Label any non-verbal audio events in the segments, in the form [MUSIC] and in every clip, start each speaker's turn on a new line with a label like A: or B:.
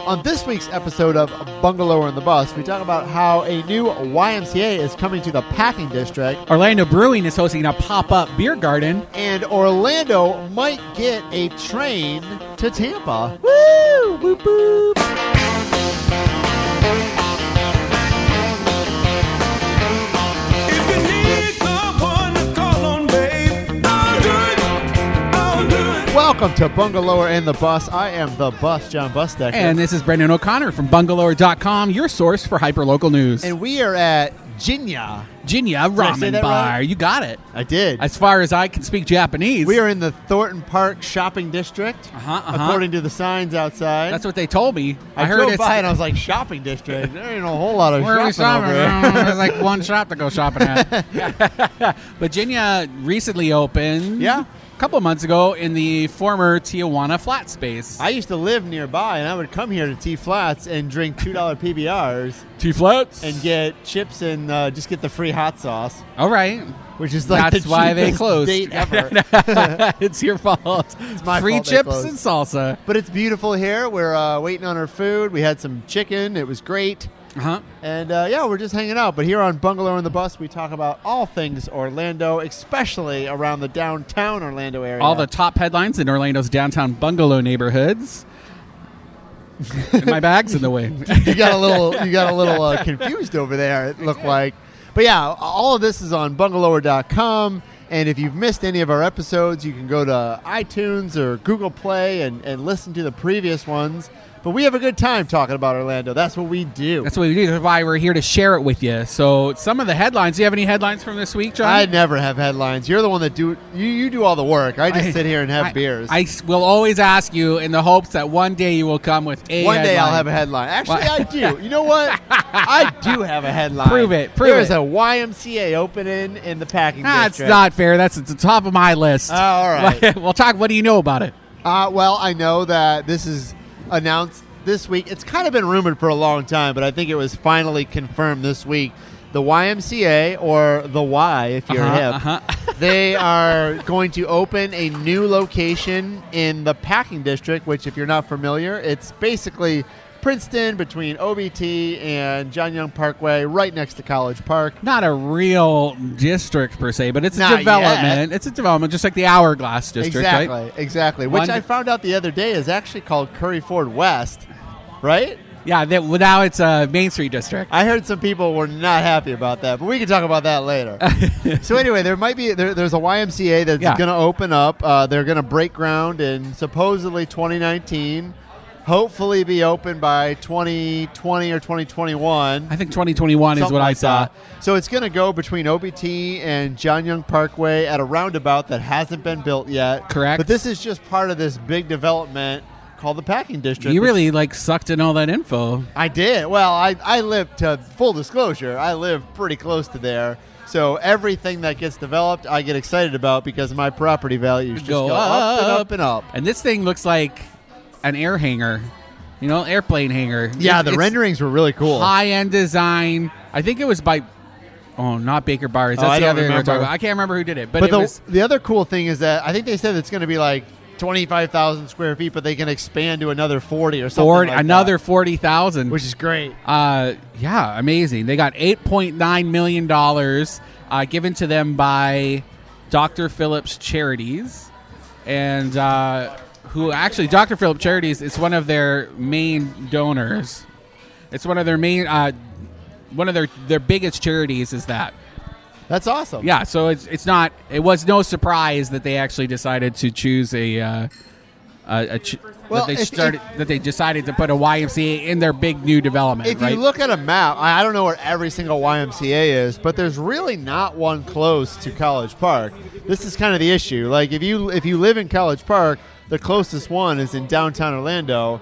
A: On this week's episode of Bungalow on the Bus, we talk about how a new YMCA is coming to the packing district,
B: Orlando Brewing is hosting a pop up beer garden.
A: and Orlando might get a train to Tampa. Woo! Boop, boop.
C: If you need someone to call on, babe, I'll do it. I'll do it.
A: Welcome to Bungalower and the Bus. I am the bus, John Busdecker.
B: And this is Brendan O'Connor from bungalower.com, your source for hyperlocal news.
A: And we are at Jinya.
B: Jinya
A: I say
B: Ramen
A: that
B: Bar.
A: right?
B: You got it.
A: I did.
B: As far as I can speak Japanese,
A: we are in the Thornton Park shopping district,
B: Uh-huh, uh-huh.
A: according to the signs outside.
B: that's what they told me.
A: I,
B: heard
A: drove
B: it's
A: by and I was like, shopping district? There ain't a whole lot of
B: where are we
A: shopping
B: shopping?
A: over here.
B: [LAUGHS] There's like one shop to go shopping at. [LAUGHS] but Jinya recently opened
A: Yeah.
B: a couple months ago in the former Tijuana flat space.
A: I used to live nearby, and I would come here to T Flats and drink two dollar PBRs
B: T flats.
A: and get chips and uh, just get the free hot sauce,
B: All right.
A: which is like
B: That's
A: the
B: why they
A: cheapest
B: closed. [LAUGHS]
A: date ever.
B: it's your
A: [LAUGHS]
B: fault.
A: my
B: Free
A: fault they
B: chips
A: closed.
B: and salsa.
A: but it's beautiful here. We're uh, waiting on our food. We had some chicken. It was great.
B: Uh-huh.
A: And uh, yeah, we're just hanging out. But here on Bungalow on the Bus, we talk about all things Orlando, especially around the downtown Orlando area.
B: All the top headlines in Orlando's downtown bungalow neighborhoods. And my bag's in
A: [LAUGHS]
B: the way.
A: you got a
B: [LAUGHS]
A: little you got a little uh, confused over there. It looked like, but yeah, all of this is on bungalower.com. And if you've missed any of our episodes, you can go to iTunes or Google Play and, and listen to the previous ones. But we have a good time talking about Orlando. That's what we do.
B: That's what we do. That's why we're here to share it with you. So some of the headlines. Do you have any headlines from this week, John?
A: I never have headlines. You're the one that do you, you do all the work. I just
B: I-
A: sit here and have
B: I-
A: beers.
B: I s- will always ask you in the hopes that one day you will come with a
A: One day I'll
B: headline.
A: have a headline. Actually,
B: Why-
A: I do. You know
B: [LAUGHS]
A: what? I do have a headline.
B: Prove it. Prove
A: There is
B: it.
A: a YMCA opening in the packing
B: That's
A: district.
B: not fair. That's at the top of my list.
A: Oh, all right.
B: [LAUGHS] we'll talk. What do you know about it?
A: Uh, well, I know that this is announced this week. It's kind of been rumored for a long time, but I think it was finally confirmed this week. The YMCA, or the Y if you're
B: Uh-huh, [LAUGHS]
A: hip, they are going to open a new location in the Packing District, which, if you're not familiar, it's basically Princeton between OBT and John Young Parkway, right next to College Park.
B: Not a real district per se, but it's a
A: Not
B: development. It's a development, just like the Hourglass District, right?
A: exactly, exactly. Which
B: One-
A: I found out the other day is actually called Curry Ford West, right?
B: Yeah, that, well, now it's uh, Main Street District.
A: I heard some people were not happy about that, but we can talk about that
B: [LAUGHS]
A: later. so anyway, there might be there, there's a YMCA that's
B: Yeah.
A: going to open up. Uh, they're going to break ground in supposedly 2019. Hopefully, be open by 2020 or 2021.
B: I think 2021 is
A: something
B: what I
A: like
B: saw.
A: that. So it's going to go between OBT and John Young Parkway at a roundabout that hasn't been built yet.
B: Correct.
A: But this is just part of this big development called the Packing District.
B: You
A: which
B: really like sucked in all that info.
A: I did. Well, I, I live to full disclosure, I live pretty close to there. So everything that gets developed, I get excited about because my property values just go, up, and up and up.
B: And this thing looks like an air hanger, you know, airplane hanger.
A: Yeah,
B: It-
A: the
B: it's
A: renderings were really cool.
B: High end design. I think it was by. Oh, not Baker Bars.
A: Oh,
B: That's
A: I
B: the
A: don't
B: other thing we're talking
A: remember.
B: about. I can't remember who did it, but,
A: But
B: it
A: the,
B: was.
A: the other cool thing is that I think they said it's going to be like 25,000 square feet, but they can expand to another 40 or something.
B: 40,
A: like
B: another
A: that,
B: forty thousand,
A: which is great.
B: Uh, yeah, amazing. They got eight point nine million dollars uh, given to them by Dr. Phillips Charities, and uh, who actually Dr. Phillips Charities is one of their main donors. It's one of their main, uh, one of their their biggest charities is that.
A: That's awesome.
B: Yeah, so it's it's not. It was no surprise that they actually decided to choose a. Uh, a, a ch-
A: Well,
B: that they
A: if- if-
B: started that they decided to put a YMCA in their big new development.
A: If
B: right?
A: you look at a map, I I don't know where every single YMCA is, but there's really not one close to College Park. This is kind of the issue. Like if you if you live in College Park, the closest one is in downtown Orlando,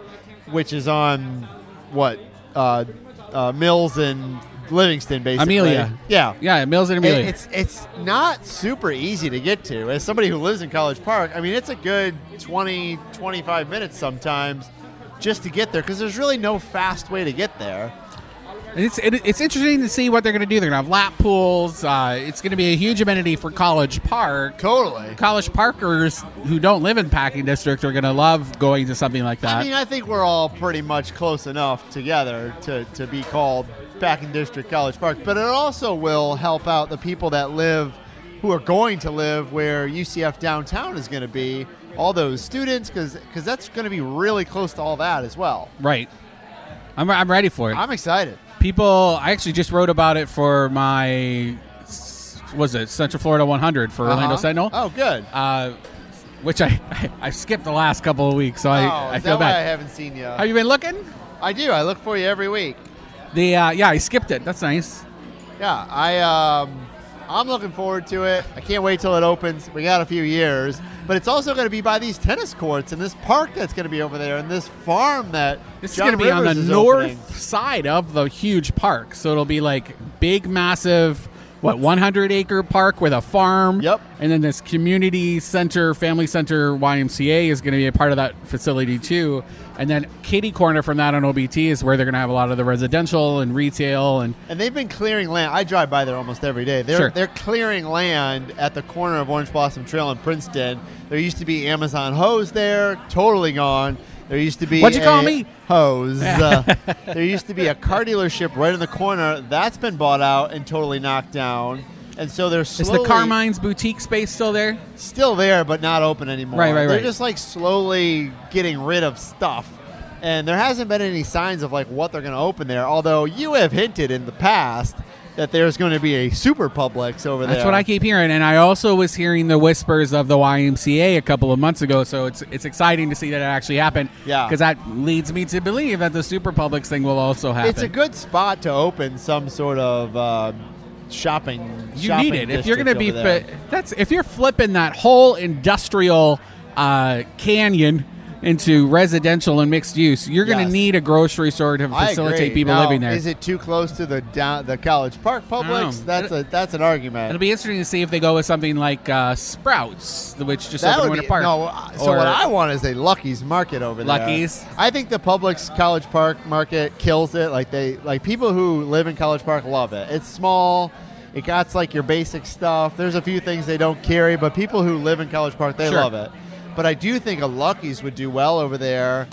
A: which is on what uh, uh, Mills and Livingston, basically.
B: Amelia.
A: Yeah.
B: Yeah, Mills and
A: It-
B: Amelia.
A: It's it's not super easy to get to. As somebody who lives in College Park, I mean, it's a good 20, 25 minutes sometimes just to get there because there's really no fast way to get there.
B: And It's it, it's interesting to see what they're going to do. They're going to have lap pools. Uh, it's going to be a huge amenity for College Park.
A: Totally.
B: College Parkers who don't live in Packing District are going to love going to something like that.
A: I mean, I think we're all pretty much close enough together to, to be called back in District College Park, but it also will help out the people that live, who are going to live where UCF downtown is going to be, all those students, because that's going to be really close to all that as well.
B: right. I'm, I'm ready for it.
A: I'm excited.
B: People, I actually just wrote about it for my, s- was it Central Florida 100 for Orlando
A: Uh-huh.
B: Sentinel?
A: Oh, good.
B: Uh, which I, [LAUGHS] I, skipped the last couple of weeks, so
A: oh,
B: I, I
A: is
B: feel
A: that why I
B: bad.
A: haven't seen you?
B: Have you been looking?
A: I do. I look for you every week.
B: The uh, yeah, I skipped it. That's nice.
A: Yeah, I um, I'm looking forward to it. I can't wait till it opens. We got a few years, but it's also going to be by these tennis courts and this park that's going to be over there and this farm that
B: This
A: John
B: is going to be on the
A: Rivers is
B: north
A: opening.
B: side of the huge park, so it'll be like big, massive, what 100 acre park with a farm.
A: Yep.
B: And then this community center, family center, YMCA is going to be a part of that facility too. And then kitty corner from that on OBT is where they're going to have a lot of the residential and retail and
A: And they've been clearing land. I drive by there almost every day. They're
B: Sure.
A: they're clearing land at the corner of Orange Blossom Trail in Princeton. There used to be Amazon hose there, totally gone. There used to be
B: What'd you call
A: a
B: me?
A: hose. Uh,
B: [LAUGHS]
A: there used to be a car dealership right in the corner that's been bought out and totally knocked down. And so they're
B: is
A: slowly
B: the Carmine's boutique space still there?
A: still there but not open anymore.
B: Right, right,
A: They're
B: right.
A: just like slowly getting rid of stuff. And there hasn't been any signs of like what they're going to open there. Although you have hinted in the past that there's going to be a super Publix over there.
B: That's what I keep hearing, and I also was hearing the whispers of the YMCA a couple of months ago. So it's it's exciting to see that it actually happened.
A: Yeah.
B: because that leads me to believe that the Super Publix thing will also happen.
A: It's a good spot to open some sort of um shopping.
B: you
A: shopping
B: need it if you're going
A: district
B: to be
A: over there.
B: fi- that's if you're flipping that whole industrial uh, canyon into residential and mixed use. You're going to
A: Yes.
B: need a grocery store to
A: I
B: facilitate
A: agree.
B: people
A: Now,
B: living there.
A: Is it too close to the down, the College Park Publix?
B: No.
A: That's a that's an argument.
B: It'll be interesting to see if they go with something like uh, Sprouts, which just
A: That
B: opened
A: would
B: in Winter
A: be,
B: Park.
A: No, uh, so
B: Or-
A: what I want is a Lucky's Market over there.
B: Lucky's.
A: I think the Publix College Park Market kills it. Like they, like people who live in College Park love it. It's small. It got like your basic stuff. There's a few things they don't carry, but people who live in College Park they
B: Sure.
A: love it. But I do think a Lucky's would do well over there.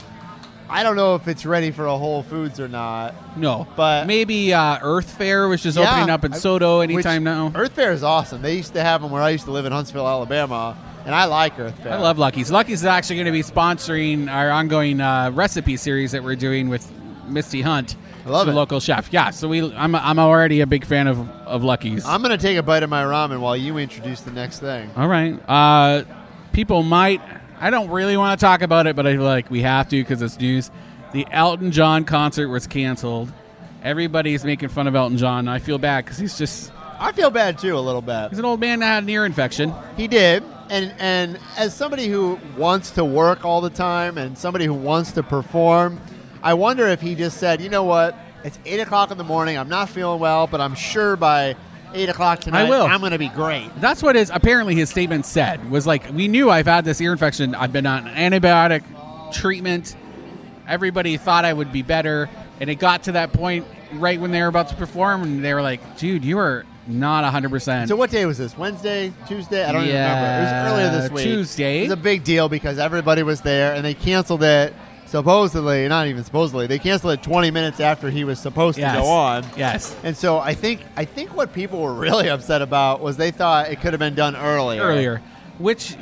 A: I don't know if it's ready for a Whole Foods or not.
B: No,
A: But-
B: maybe uh, Earth Fair, which is opening
A: Yeah.
B: up in Soto
A: Which-
B: anytime now.
A: Earth Fair is awesome. They used to have them where I used to live in Huntsville, Alabama, and I like Earth Fair.
B: I love Lucky's. Lucky's is actually going to be sponsoring our ongoing uh, recipe series that we're doing with Misty Hunt,
A: I love
B: the
A: it.
B: local chef. Yeah, so we I'm I'm already a big fan of of Lucky's.
A: I'm gonna take a bite of my ramen while you introduce the next thing.
B: All right, uh, people might. I don't really want to talk about it, but I feel like we have to because it's news. The Elton John concert was canceled. Everybody's making fun of Elton John. I feel bad because he's just
A: I feel bad too a little bit.
B: he's an old man that had an ear infection.
A: He did, and and as somebody who wants to work all the time and somebody who wants to perform, I wonder if he just said, you know what, it's eight o'clock in the morning. I'm not feeling well, but I'm sure by eight o'clock tonight,
B: will.
A: I'm gonna be great.
B: That's what his apparently his statement said was like, "We knew I've had this ear infection. I've been on antibiotic treatment. Everybody thought I would be better, and it got to that point right when they were about to perform, and they were like, "Dude, you are not hundred percent."
A: So what day was this? Wednesday, Tuesday? I don't
B: Yeah,
A: even remember. It was earlier this week.
B: Tuesday.
A: It was a big deal because everybody was there and they canceled it. Supposedly, not even supposedly, they canceled it 20 minutes after he was supposed to go on.
B: Yes.
A: And so I think I think what people were really [LAUGHS] upset about was they thought it could have been done earlier.
B: earlier, which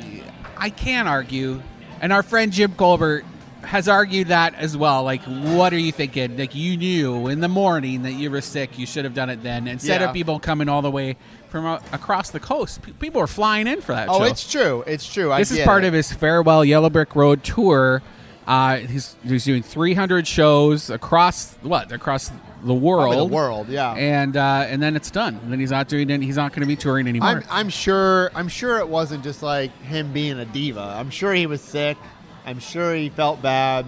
B: I can argue, and our friend Jim Colbert has argued that as well. Like, what are you thinking? Like, you knew in the morning that you were sick. You should have done it then instead
A: Yeah.
B: of people coming all the way from uh, across the coast. Pe- people are flying in for that.
A: Oh,
B: show.
A: it's true. It's true. I
B: this is
A: get
B: part
A: it.
B: of his farewell Yellow Brick Road tour. Uh, he's he's doing 300 shows across what across the world.
A: Probably the world, yeah.
B: And uh, and then it's done. And then he's not doing it. He's not going to be touring anymore.
A: I'm, I'm sure. I'm sure it wasn't just like him being a diva. I'm sure he was sick. I'm sure he felt bad.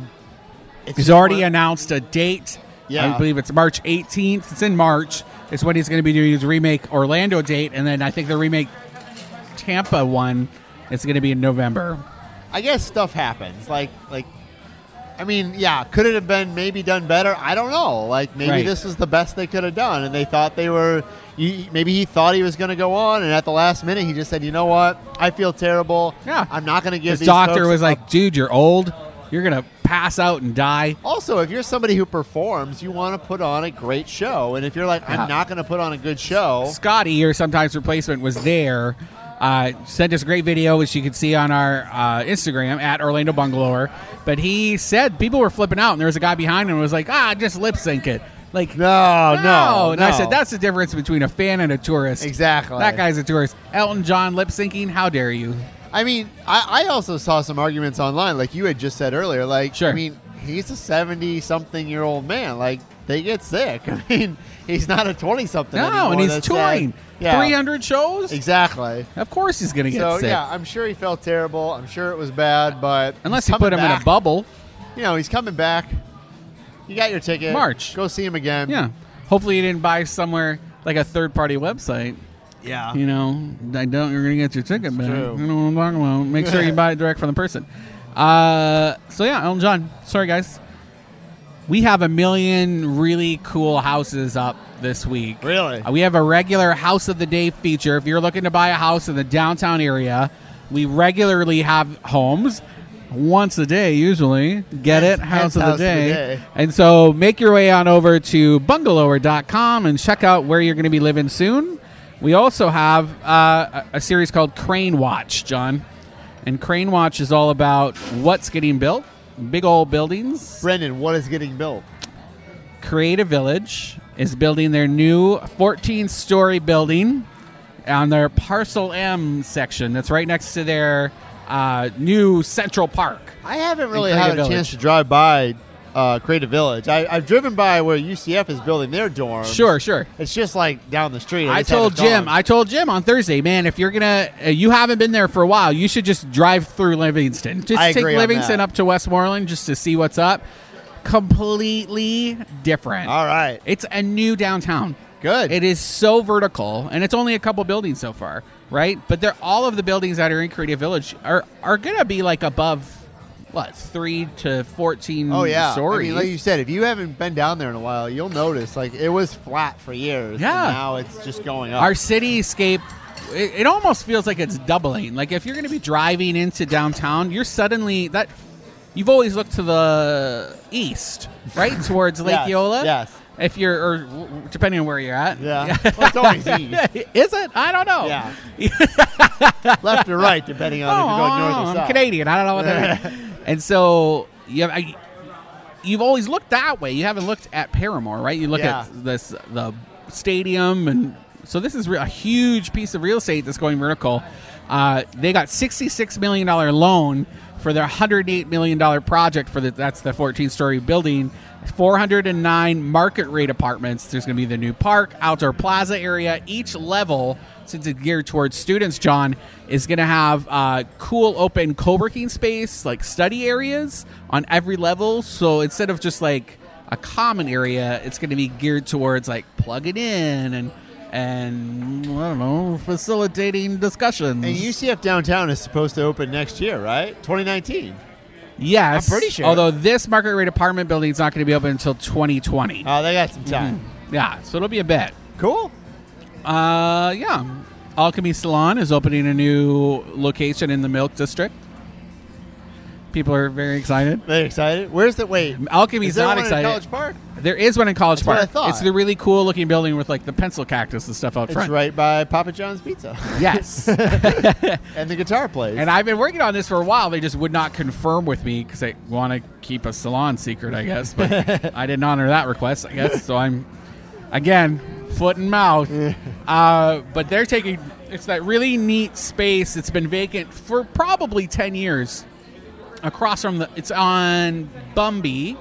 A: It's
B: He's
A: just
B: already
A: one-
B: announced a date.
A: Yeah.
B: I believe it's March 18th. It's in March. It's when he's going to be doing his remake Orlando date, and then I think the remake Tampa one. It's going to be in November.
A: I guess stuff happens. Like like I mean, yeah, could it have been maybe done better? I don't know. Like maybe
B: Right.
A: this was the best they could have done, and they thought they were. You, maybe he thought he was going to go on, and at the last minute, he just said, "You know what? I feel terrible.
B: Yeah.
A: I'm not going to give."
B: His
A: these
B: doctor
A: folks
B: was
A: a
B: like, dude, you're old. You're going to pass out and die.
A: Also, if you're somebody who performs, you want to put on a great show. And if you're like,
B: Yeah.
A: I'm not going to put on a good show,
B: Scotty, your sometimes replacement, was there. Uh, sent us a great video, which you can see on our uh, Instagram at Orlando Bungalower. But he said people were flipping out, and there was a guy behind him who was like, "Ah, just lip sync it." Like,
A: Oh, no, no,
B: And I said,
A: no.
B: "That's the difference between a fan and a tourist."
A: exactly
B: That guy's a tourist. Elton John lip syncing? How dare you?
A: I mean, I, I also saw some arguments online, like you had just said earlier. Like,
B: Sure.
A: I mean, he's a seventy-something-year-old man. Like, they get sick. [LAUGHS] I mean, he's not a twenty-something.
B: No,
A: anymore
B: and he's
A: that's
B: touring
A: Sad. Yeah,
B: three hundred shows.
A: exactly.
B: Of course, he's going to get
A: So
B: sick.
A: yeah, I'm sure he felt terrible. I'm sure it was bad, but
B: Unless
A: he's
B: you put him
A: coming
B: in a
A: back.
B: bubble.
A: You know, he's coming back. You got your ticket.
B: March.
A: Go see him again.
B: Yeah. Hopefully, you didn't buy somewhere like a third party website.
A: Yeah.
B: You know, I don't. You're gonna get your ticket back.
A: true.
B: You know what I'm talking about. Make sure
A: [LAUGHS]
B: you buy it direct from the person. Uh, so yeah, Elton John. Sorry guys, we have a million really cool houses up this week.
A: Really?
B: Uh, we have a regular house of the day feature. If you're looking to buy a house in the downtown area, we regularly have homes. Once a day, usually. Get it?
A: Hence- hence
B: House of the
A: house of the
B: day.
A: day.
B: And so make your way on over to bungalower.com and check out where you're going to be living soon. We also have uh, a a series called Crane Watch, John. And Crane Watch is all about what's getting built, big old buildings.
A: Brendan, what is getting built?
B: Creative Village is building their new 14 story building on their Parcel M section that's right next to their uh, new Central Park.
A: I haven't really
B: Creative
A: had a
B: Village.
A: chance to drive by uh, Creative Village. I, I've driven by where UCF is building their dorm.
B: Sure, sure.
A: It's just like down the street.
B: I
A: just haven't
B: told Jim.
A: gone.
B: I told Jim on Thursday, man. If you're gonna, uh, you haven't been there for a while. You should just drive through Livingston. Just
A: I
B: take
A: agree on
B: Livingston
A: that.
B: up to Westmoreland just to see what's up. Completely different.
A: All right.
B: It's a new downtown.
A: Good.
B: It is so vertical, and it's only a couple buildings so far, right? But they're all of the buildings that are in Creative Village are are gonna be like above what three to fourteen.
A: Oh yeah. I
B: stories.
A: mean, like you said, if you haven't been down there in a while, you'll notice like it was flat for years.
B: Yeah.
A: And now it's just going up.
B: our cityscape it, it almost feels like it's doubling like if you're going to be driving into downtown you're suddenly that you've always looked to the east
A: [LAUGHS]
B: right towards lake
A: Yes,
B: Eola
A: yes.
B: if you're or w- w- depending on where you're at [LAUGHS]
A: yeah. well, it's always east,
B: is it I don't know
A: Yeah. left or right, depending on if
B: [LAUGHS] Oh,
A: you're going north or
B: I'm
A: south.
B: Canadian. I don't know what
A: [LAUGHS]
B: that means. And so you have, I, you've always looked that way. You haven't looked at Paramore, right? You look
A: Yeah.
B: at this the stadium, and so this is re- a huge piece of real estate that's going vertical. Uh, they got sixty-six million dollar loan for their hundred eight million dollar project for the that's the fourteen story building. 409 market rate apartments. There's going to be the new park, outdoor plaza area. Each level, since it's geared towards students, John, is going to have uh, cool open co working space, like study areas on every level. So instead of just like a common area, it's going to be geared towards like plugging in and, and I don't know, facilitating discussions.
A: And UCF downtown is supposed to open next year, right? 2019.
B: yes.
A: I'm pretty sure.
B: Although this market rate apartment building is not going to be open until 2020.
A: Oh, they got some time.
B: yeah. So it'll be a bit.
A: Cool.
B: Uh, yeah. Alchemy Salon is opening a new location in the Milk District. People are very excited.
A: They excited? Where's the wait?
B: Alchemy's
A: is there
B: not
A: one in
B: excited.
A: College Park.
B: There is one in College
A: That's
B: Park.
A: what I thought.
B: It's the really cool looking building with like the pencil cactus and stuff out
A: It's
B: front.
A: right by Papa John's Pizza. [LAUGHS]
B: Yes.
A: and the guitar plays.
B: and I've been working on this for a while. They just would not confirm with me because they want to keep a salon secret, I guess. But I didn't honor that request, I guess. So I'm, again, foot and mouth. uh, but they're taking, it's that really neat space that's been vacant for probably 10 years across from the, it's on Bumby,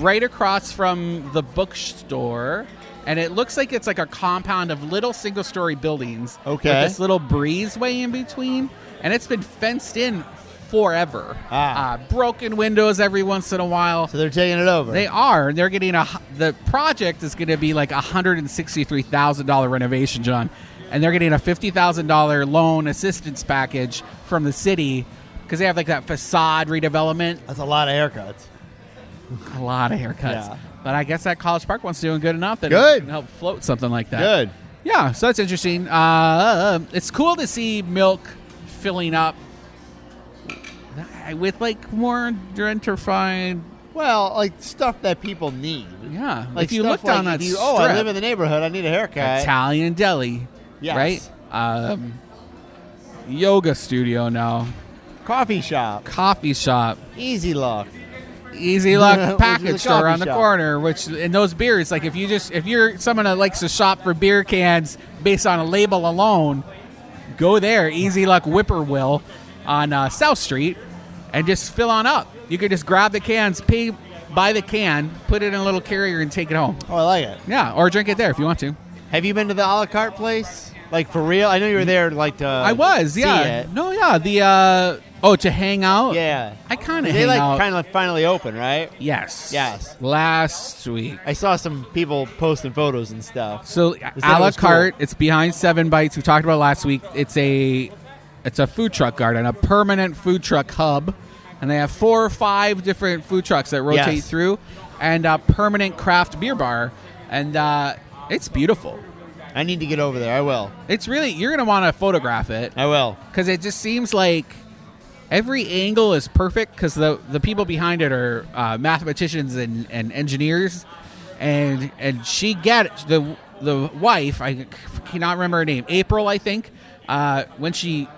B: right across from the bookstore. And it looks like it's like a compound of little single story buildings. with
A: Okay.
B: this little breezeway in between, and it's been fenced in forever.
A: Ah.
B: Uh, broken windows every once in a while.
A: so they're taking it over.
B: They are, and they're getting a. hu- The project is going to be like a hundred and sixty-three thousand dollar renovation, John, and they're getting a fifty thousand dollar loan assistance package from the city because they have like that facade redevelopment.
A: That's a lot of haircuts.
B: a lot of haircuts.
A: Yeah.
B: But I guess that College Park one's doing good enough that it
A: Good.
B: can help float something like that.
A: Good.
B: Yeah, so that's interesting. Uh, it's cool to see milk filling up with like more gentrified.
A: Well, like stuff that people need.
B: Yeah,
A: Like
B: if you
A: stuff
B: look down
A: like
B: that
A: if you, oh, I
B: strip-
A: live in the neighborhood. I need a haircut.
B: Italian deli,
A: Yes.
B: right? Um, yoga studio now,
A: Coffee shop.
B: coffee shop,
A: Easy look. [LAUGHS] Which is
B: Easy
A: a
B: Luck package store
A: coffee
B: on the
A: shop.
B: corner. Which and those beers, like if you just if you're someone that likes to shop for beer cans based on a label alone, go there, Easy Luck Whippoorwill on uh, South Street, and just fill on up. You can just grab the cans, pay buy the can, put it in a little carrier, and take it home.
A: Oh, I like it.
B: Yeah, or drink it there if you want to.
A: Have you been to the a la carte place? Like for real? I know you were there. Like to
B: I was,
A: Uh, see
B: yeah,
A: it.
B: no, yeah, the uh, oh to hang out,
A: Yeah.
B: I kind of
A: They
B: hang
A: like
B: out.
A: kind of finally open, right?
B: yes,
A: Yes.
B: last week.
A: I saw some people posting photos and stuff.
B: So
A: that
B: a la
A: what's cool?
B: carte. It's behind Seven Bites. We talked about it last week. It's a it's a food truck garden, a permanent food truck hub, and they have four or five different food trucks that rotate
A: Yes.
B: through, and a permanent craft beer bar, and uh, it's beautiful.
A: I need to get over there. I will.
B: It's really you're gonna want to photograph it
A: I will.
B: because it just seems like every angle is perfect because the the people behind it are uh, mathematicians and, and engineers and and she get the the wife I c- cannot remember her name April I think uh, when she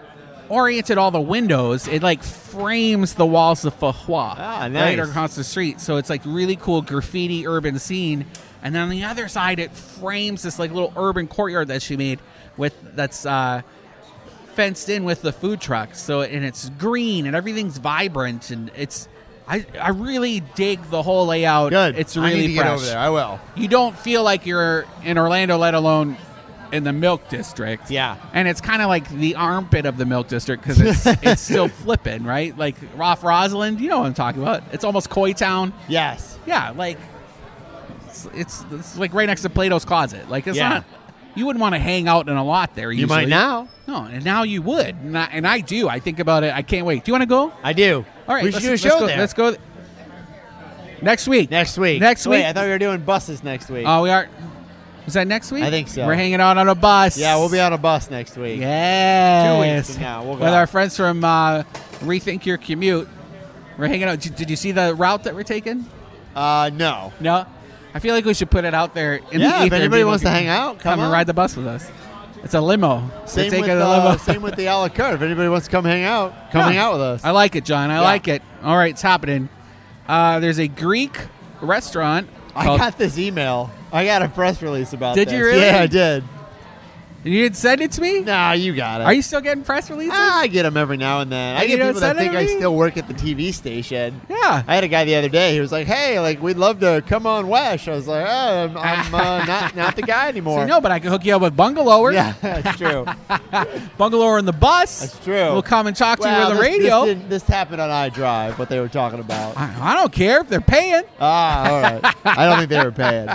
B: oriented all the windows it like frames the walls of Fahua
A: Ah,
B: right
A: nice.
B: across the street so it's like really cool graffiti urban scene and then on the other side it frames this like little urban courtyard that she made with that's uh, fenced in with the food trucks. So and it's green and everything's vibrant and it's I I really dig the whole layout.
A: Good.
B: It's
A: I need
B: really
A: to
B: fresh.
A: get over there. I will.
B: You don't feel like you're in Orlando, let alone in the Milk District.
A: Yeah.
B: And it's kind of like the armpit of the Milk District
A: [LAUGHS]
B: because it's, it's still flipping, right? Like Roth Rosalind, you know what I'm talking about. It's almost Koi Town.
A: Yes.
B: Yeah, like it's, it's, it's like right next to Plato's Closet. Like it's
A: Yeah.
B: not. You wouldn't want to hang out in a lot there.
A: You might
B: usually.
A: now.
B: No, and now you would, and I, and I do. I think about it. I can't wait. Do you want to go?
A: I do.
B: All right,
A: we should
B: let's,
A: do a
B: let's
A: show
B: go,
A: there.
B: Let's go th- next week.
A: next week.
B: Next
A: Wait,
B: week.
A: I thought we were doing buses next week.
B: oh, we are. Is that next week?
A: I think so.
B: We're hanging out on a bus.
A: yeah, we'll be on a bus next week.
B: Yes.
A: Two weeks from now, we'll go.
B: With our friends from uh, Rethink Your Commute, we're hanging out. Did, did you see the route that we're taking?
A: Uh, no.
B: No. I feel like we should put it out there. In
A: Yeah, if
B: the ether.
A: anybody
B: People
A: wants to
B: can
A: hang out, come
B: and
A: on.
B: ride the bus with us. It's a limo.
A: Same
B: we're taking
A: with,
B: a limo.
A: uh, same with the a la carte. If anybody wants to come hang out, come hang
B: Yeah.
A: out with us.
B: I like it, John. I
A: Yeah.
B: like it. All right, it's happening. Uh, there's a Greek restaurant.
A: I
B: called-
A: got this email. I got a press release about
B: Did
A: this.
B: you really?
A: Yeah, I did.
B: you didn't send it to me.
A: Nah, you got it.
B: Are you still getting press releases?
A: Ah, I get them every now and then. I
B: And you
A: get
B: don't
A: people that
B: send
A: think I
B: anything?
A: still work at the TV station.
B: yeah.
A: I had a guy the other day. He was like, "Hey, like we'd love to come on Wesh." I was like, "Oh, I'm, I'm uh,
B: [LAUGHS]
A: not not the guy
B: So,
A: anymore."
B: no, but I can hook you up with Bungalower.
A: yeah, that's true.
B: [LAUGHS] Bungalower in the bus.
A: That's true.
B: We'll come and talk to you
A: Well,
B: on the
A: this-
B: radio.
A: This, didn't- this happened on iDrive. What they were talking about.
B: I, I don't care if they're paying.
A: ah, all right. I don't think they were paying.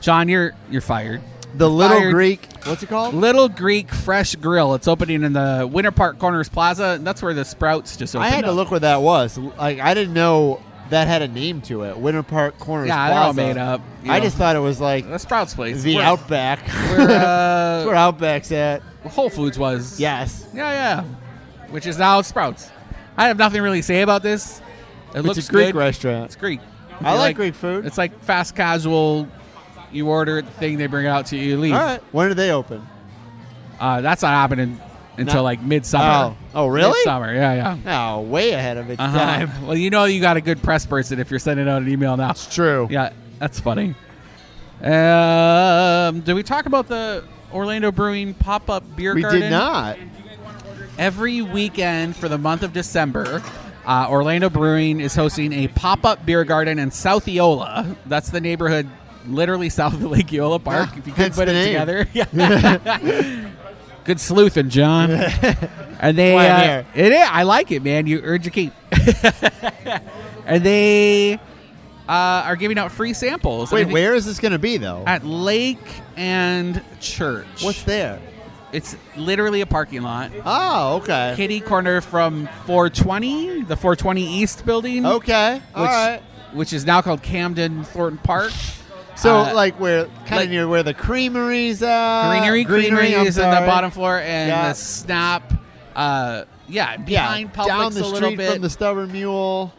B: John, you're you're fired.
A: The little
B: Fired.
A: Greek. What's it called?
B: Little Greek Fresh Grill. It's opening in the Winter Park Corners Plaza. And that's where the Sprouts just opened.
A: I had to
B: up.
A: look where that was. Like I didn't know that had a name to it. Winter Park Corners.
B: Yeah, they're all
A: Plaza.
B: made up. you
A: I
B: know.
A: just thought it was like
B: the Sprouts place.
A: the
B: We're-
A: Outback. [LAUGHS]
B: we're,
A: That's [LAUGHS]
B: uh,
A: where Outback's at.
B: Whole Foods was.
A: Yes.
B: Yeah, yeah. Which is now Sprouts. I have nothing really to say about this. It looks
A: it's a Greek
B: good. It's
A: restaurant.
B: Greek.
A: I
B: You
A: like Greek food.
B: It's like fast casual. You order the thing, they bring it out to you, you leave.
A: All right. When do they open?
B: Uh, that's not happening until
A: No.
B: like
A: Oh.
B: midsummer.
A: Oh, really?
B: Midsummer, yeah, yeah.
A: Oh, way ahead of its
B: Uh-huh.
A: time.
B: Well, you know you got a good press person if you're sending out an email now.
A: It's true.
B: Yeah, that's funny. Um, did we talk about the Orlando Brewing pop up beer
A: We
B: garden?
A: did not.
B: Every weekend for the month of December, uh, Orlando Brewing is hosting a pop up beer garden in South Eola. That's the neighborhood literally south of Lake Eola Park.
A: Ah,
B: if you could
A: hence
B: put
A: the
B: it
A: name. [LAUGHS]
B: together. Yeah. Good
A: [LAUGHS]
B: sleuthing, John. and they,
A: Why I'm
B: uh,
A: here.
B: it is. I like it, man. You earned your keep. [LAUGHS] and they uh, are giving out free samples. I
A: Wait,
B: think
A: where is this going to be though?
B: At Lake and Church.
A: What's there?
B: It's literally a parking lot.
A: Oh, okay.
B: Kitty corner from 420, the 420 East building.
A: okay. All
B: which
A: right.
B: which is now called Camden Thornton Park.
A: So
B: Uh,
A: like where kind
B: like-
A: of near where the creamery's at.
B: Greenery, Greenery
A: Uh, I'm
B: is in the
A: sorry.
B: bottom floor, and
A: Yeah.
B: the Snap, uh, yeah,
A: Yeah,
B: behind Publix
A: down the
B: a little
A: street
B: bit.
A: from the Stubborn Mule.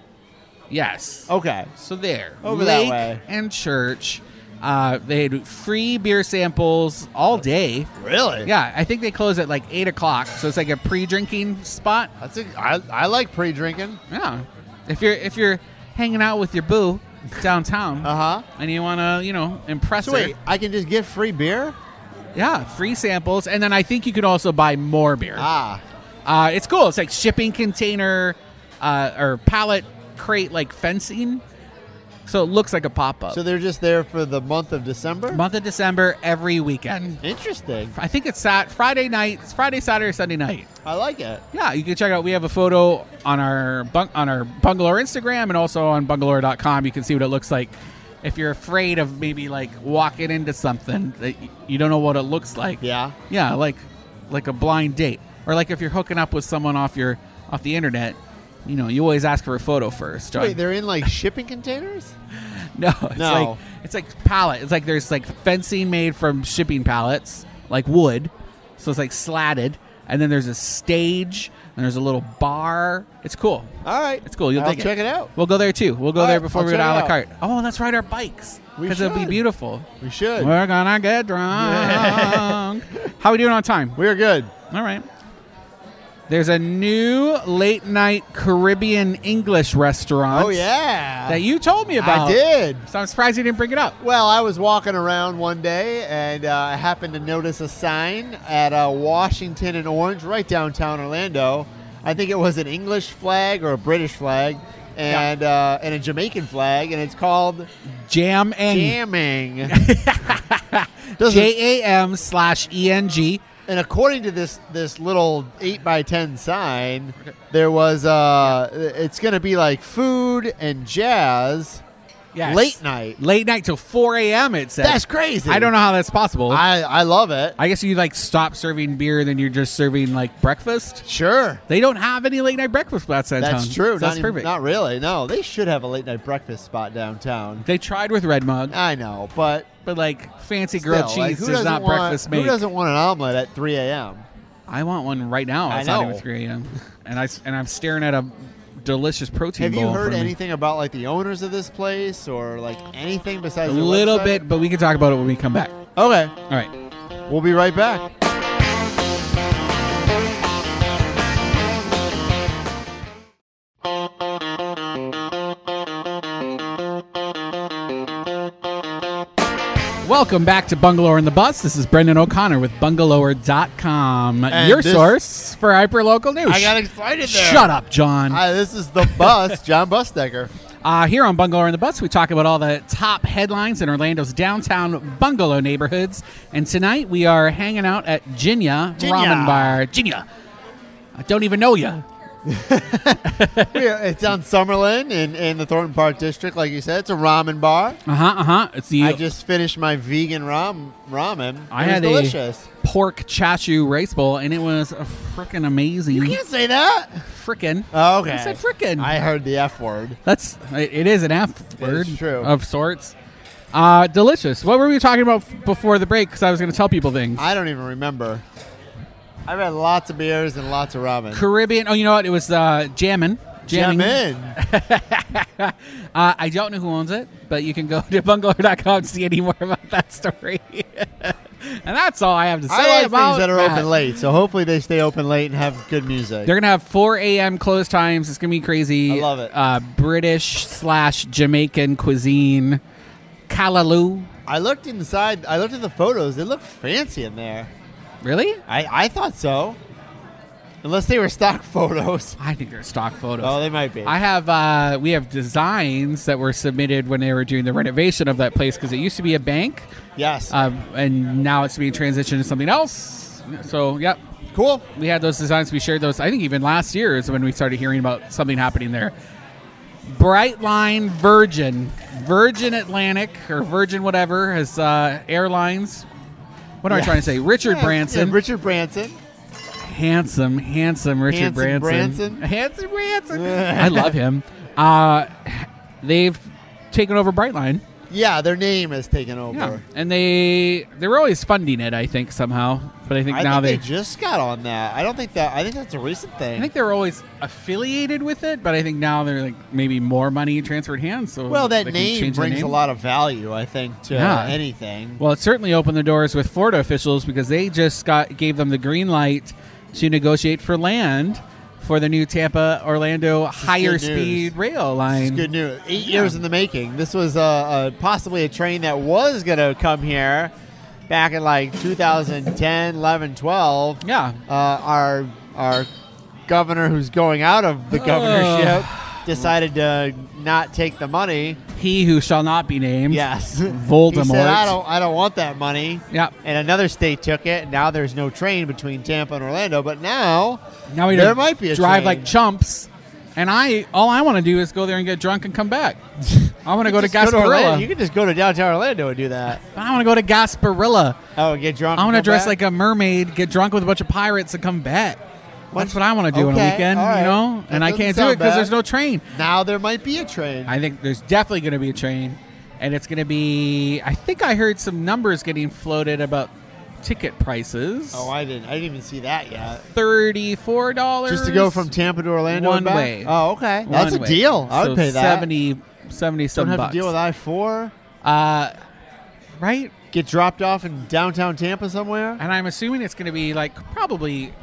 B: yes.
A: Okay.
B: So there,
A: Over that
B: Lake
A: way.
B: and Church. Uh, they had free beer samples all day.
A: Really?
B: Yeah, I think they close at like eight o'clock, so it's like a pre-drinking spot.
A: That's a, I, I like pre-drinking.
B: Yeah, if you're if you're hanging out with your boo
A: [LAUGHS]
B: downtown,
A: Uh huh.
B: and you want to you know impress
A: So
B: her,
A: wait, I can just get free beer?
B: yeah, free samples, and then I think you could also buy more beer.
A: Ah,
B: Uh, it's cool. It's like shipping container uh, or pallet crate like fencing, so it looks like a pop up.
A: so they're just there for the month of December.
B: month of December every weekend.
A: Interesting.
B: I think it's sat Friday night. It's Friday, Saturday, Sunday night.
A: I like it.
B: Yeah, you can check out. We have a photo on our bung- on our Bungalore Instagram and also on bungalore.com. You can see what it looks like. If you're afraid of maybe like walking into something that y- you don't know what it looks like.
A: Yeah.
B: Yeah, like like a blind date or like if you're hooking up with someone off your off the internet, you know, you always ask for a photo first.
A: Wait, they're in like shipping containers?
B: [LAUGHS] No, it's
A: No.
B: like it's like pallet. It's like there's like fencing made from shipping pallets, like wood. So it's like slatted, and then there's a stage, and there's a little bar. It's cool.
A: All right,
B: It's cool. You'll
A: I'll
B: dig
A: check it. out.
B: We'll go there too. We'll go
A: All
B: there
A: right,
B: before
A: I'll
B: we go to
A: check
B: a la
A: it
B: carte. Oh, let's ride our bikes
A: We
B: because it'll be
A: should.
B: beautiful.
A: We should.
B: We're gonna
A: [LAUGHS]
B: get drunk. How we doing on time?
A: We're good.
B: All right. There's a new late night Caribbean English restaurant.
A: Oh yeah,
B: that you told me about.
A: I did.
B: So I'm surprised you didn't bring it up.
A: Well, I was walking around one day and uh, I happened to notice a sign at uh, Washington and Orange, right downtown Orlando. I think it was an English flag or a British flag, and uh, and a Jamaican flag, and it's called
B: Jam and
A: jamming.
B: [LAUGHS]
A: Doesn't-
B: J A M slash E N G.
A: And according to this this little eight by ten sign, there was uh, it's going to be like food and jazz
B: Yes.
A: late night.
B: Late night till 4 a.m. It says.
A: That's crazy.
B: I don't know how that's possible. I,
A: I I love it.
B: guess you like stop serving beer, then you're just serving like breakfast.
A: Sure,
B: They don't have any late night breakfast spots downtown.
A: that's true.
B: So
A: not
B: that's
A: even-
B: perfect.
A: Not really. No, they should have a late night breakfast spot downtown.
B: they tried with Red Mug,
A: I know, but
B: but like fancy grilled
A: still, like,
B: cheese
A: who
B: does
A: doesn't
B: not
A: want,
B: breakfast
A: Who
B: make.
A: doesn't want an omelet at three a.m.
B: I want one right now.
A: I
B: It's not
A: know.
B: even 3 a.m. and I s- and I'm staring at a delicious protein.
A: Have you
B: bowl
A: heard
B: for me.
A: anything about like the owners of this place or like anything besides
B: A
A: their
B: little
A: website?
B: bit, but we can talk about it when we come back. All
A: Okay,
B: right.
A: we'll be right back.
B: Welcome back to Bungalower and the Bus. This is Brendan O'Connor with Bungalower.com,
A: And
B: your
A: this-
B: source for hyperlocal news.
A: I got excited there.
B: Shut up, John.
A: Hi, this is the bus, [LAUGHS] John Busdecker.
B: Uh, here on Bungalow and the Bus, we talk about all the top headlines in Orlando's downtown bungalow neighborhoods. And tonight we are hanging out at Jinya,
A: Jinya.
B: Ramen Bar. Jinya. I don't even know you.
A: We are- it's on Summerlin in, in the Thornton Park district, like you said. It's a ramen bar.
B: Uh huh. Uh huh. It's the
A: I just finished my vegan ram- ramen.
B: I
A: it
B: had
A: was
B: a-
A: delicious.
B: pork chashu rice bowl, and it was freaking amazing.
A: You can't say that.
B: Frickin'.
A: Oh, okay.
B: I said frickin'.
A: I heard the F word.
B: That's it it is an F word
A: true.
B: of sorts. Uh, delicious. What were we talking about f- before the break? Because I was going to tell people things.
A: I don't even remember. I've had lots of beers and lots of ramen.
B: Caribbean. Oh, you know what? It was uh, jammin'.
A: Jam
B: Jamming. [LAUGHS]
A: in.
B: Uh, I don't know who owns it, but you can go [LAUGHS] to bungalow.com to see any more about that story. [LAUGHS] and that's all I have to say.
A: I like
B: about
A: things that are
B: that.
A: open late, so hopefully they stay open late and have good music.
B: They're gonna have 4 a.m. close times. It's gonna be crazy.
A: I love it.
B: Uh, British slash Jamaican cuisine, Kalaloo.
A: I looked inside. I looked at the photos. They look fancy in there.
B: Really?
A: I, I thought so. Unless they were stock [LAUGHS] photos.
B: I think they're stock photos.
A: Oh, they might be.
B: I have uh, we have designs that were submitted when they were doing the renovation of that place because it used to be a bank,
A: yes.
B: um, and now it's being transitioned to something else. So, yep,
A: cool.
B: we had those designs. We shared those. I think even last year is when we started hearing about something happening there. Brightline Virgin, Virgin Atlantic or Virgin whatever has uh, airlines. What am I
A: Yeah.
B: trying to say? Richard
A: Yeah,
B: Branson,
A: yeah, Richard Branson.
B: handsome, handsome Richard
A: Handsome
B: [LAUGHS] Branson.
A: [LAUGHS] Branson.
B: Handsome Branson. I love him. Uh, they've taken over Brightline.
A: Yeah, their name has taken over.
B: Yeah, and they they were always funding it, I think somehow. But I think
A: I
B: now
A: think they,
B: they,
A: just got on that. I don't think that. I think that's a recent thing.
B: I think they were always affiliated with it, but I think now they're like maybe more money transferred hands. So
A: well, that
B: they can
A: name
B: change the
A: brings
B: name.
A: a lot of value. I think to
B: Yeah.
A: anything.
B: Well, it certainly opened the doors with Florida officials because they just got gave them the green light to negotiate for land for the new Tampa Orlando higher
A: good news.
B: speed rail line.
A: It's good news. Eight years in the making. This was uh, uh, possibly a train that was going to come here back in like 2010, 11, 12.
B: Yeah.
A: Uh, our our governor, who's going out of the governorship, decided to not take the money.
B: He who shall not be named. [LAUGHS]
A: Yes, He
B: Voldemort.
A: said, "I don't, I don't want that money."
B: Yeah.
A: And another state took it. and Now there's no train between Tampa and Orlando, but now
B: Now we
A: there
B: don't
A: might be a
B: drive
A: train.
B: like chumps. And I all I want to do is go there and get drunk and come back.
A: [LAUGHS]
B: I want to go to
A: Just go to Orlando. You
B: Gasparilla.
A: can just go to downtown Orlando and do that.
B: I want to go to Gasparilla.
A: Oh, get drunk.
B: I want to dress
A: like
B: like a mermaid, get drunk with a bunch of pirates, and come back. That's
A: Once-
B: what I want to do on
A: okay,
B: a weekend,
A: all right.
B: you know.
A: That
B: And I
A: doesn't
B: can't do
A: sound
B: it because
A: bad.
B: there's no train.
A: Now there might be a train.
B: I think there's definitely going to be a train, and it's going to be. I think I heard some numbers getting floated about ticket prices.
A: oh, I didn't. I didn't even see that yet.
B: Thirty-four dollars
A: Just to go from Tampa to Orlando
B: One
A: and back?
B: way.
A: Oh, okay. That's a deal. I would pay that.
B: 70, 70 some
A: Don't have
B: bucks.
A: to deal with I four.
B: uh, right?
A: Get dropped off in downtown Tampa somewhere.
B: and I'm assuming it's going to be like probably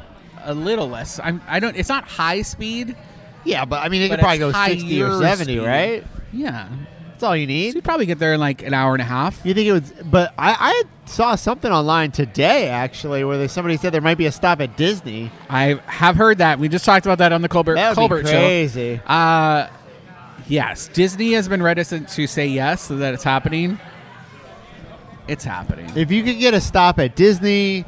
B: a little less. I'm, I don't. It's not high speed.
A: Yeah, but I mean, it
B: but
A: could probably go
B: it's
A: sixty or
B: higher
A: seventy,
B: speed.
A: right?
B: Yeah,
A: That's all you
B: so
A: need.
B: you probably get there in like an hour and a half.
A: You think it was? But I, I saw something online today actually where there's somebody said there might be a stop at Disney.
B: I have heard that. We just talked about that on the Colbert
A: That would
B: Colbert
A: be
B: show.
A: crazy.
B: Uh, yes, Disney has been reticent to say yes, so that it's happening. It's happening,
A: If you could get a stop at Disney,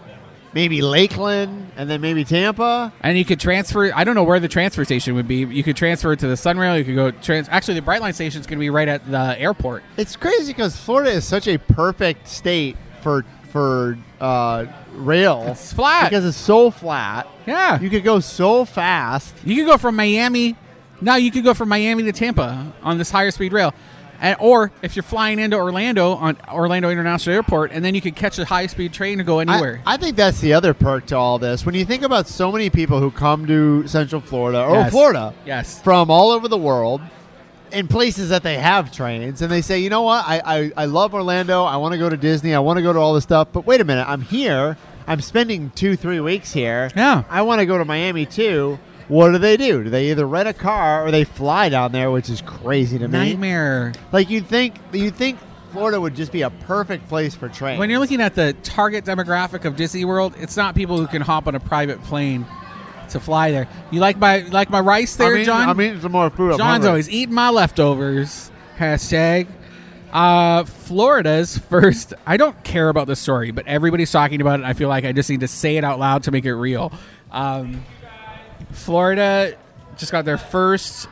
A: maybe Lakeland, and then maybe Tampa.
B: and you could transfer. I don't know where the transfer station would be. You could transfer to the Sunrail. You could go trans. Actually, the Brightline station is going to be right at the airport.
A: It's crazy because Florida is such a perfect state for for uh, rail.
B: It's flat.
A: because it's so
B: [LAUGHS]
A: flat.
B: yeah,
A: You could go so fast.
B: You could go from Miami. Now you could go from Miami to Tampa on this higher speed rail. And, or if you're flying into Orlando on Orlando International Airport, and then you could catch a high speed train to go anywhere.
A: I, I think that's the other perk to all this. When you think about so many people who come to Central Florida or
B: Yes.
A: oh, Florida
B: Yes.
A: from all over the world in places that they have trains and they say, you know what, I, I, I love Orlando, I want to go to Disney, I want to go to all this stuff, but wait a minute, I'm here, I'm spending two, three weeks here.
B: Yeah.
A: I want to go to Miami too. What do they do? Do they either rent a car or they fly down there, which is crazy to me.
B: Nightmare.
A: Like you'd think you'd think Florida would just be a perfect place for trains.
B: When you're looking at the target demographic of Disney World, it's not people who can hop on a private plane to fly there. You like my like my rice there,
A: I'm eating,
B: John?
A: I'm eating some more food. I'm
B: John's
A: hungry.
B: always eating my leftovers. Hashtag. Uh, Florida's first. I don't care about the story, but everybody's talking about it. I feel like I just need to say it out loud to make it real. Um, Florida just got their first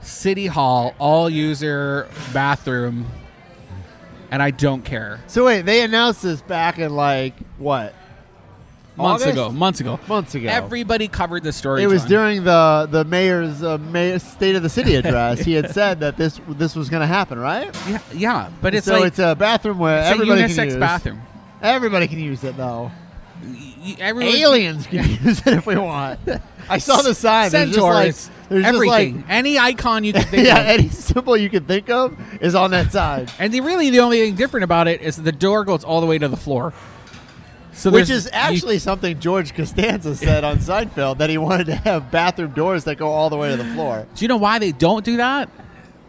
B: city hall all user bathroom, and I don't care.
A: So wait, they announced this back in like what?
B: Months
A: August?
B: ago, months ago,
A: Months ago.
B: everybody covered the story.
A: It was
B: John.
A: during the the mayor's uh, mayor state of the
B: [LAUGHS]
A: city address. he had said that this this was going to happen, right?
B: yeah, yeah, but it's
A: so
B: like
A: it's a bathroom where
B: it's a
A: everybody can
B: unisex
A: use.
B: bathroom.
A: Everybody can use it though.
B: Y- y- everyone-
A: Aliens
B: [LAUGHS]
A: can use it if we want. I saw the sign. There's just like
B: Centaurs,
A: there's
B: everything,
A: just
B: any icon you can
A: like [LAUGHS]
B: think
A: yeah,
B: of.
A: any symbol you could think of is on that sign.
B: And the, really, the only thing different about it is that the door goes all the way to the floor. So
A: Which
B: there's-
A: is actually something George Costanza said
B: [LAUGHS]
A: on Seinfeld that he wanted to have bathroom doors that go all the way to the floor.
B: you, do you know why they don't do that?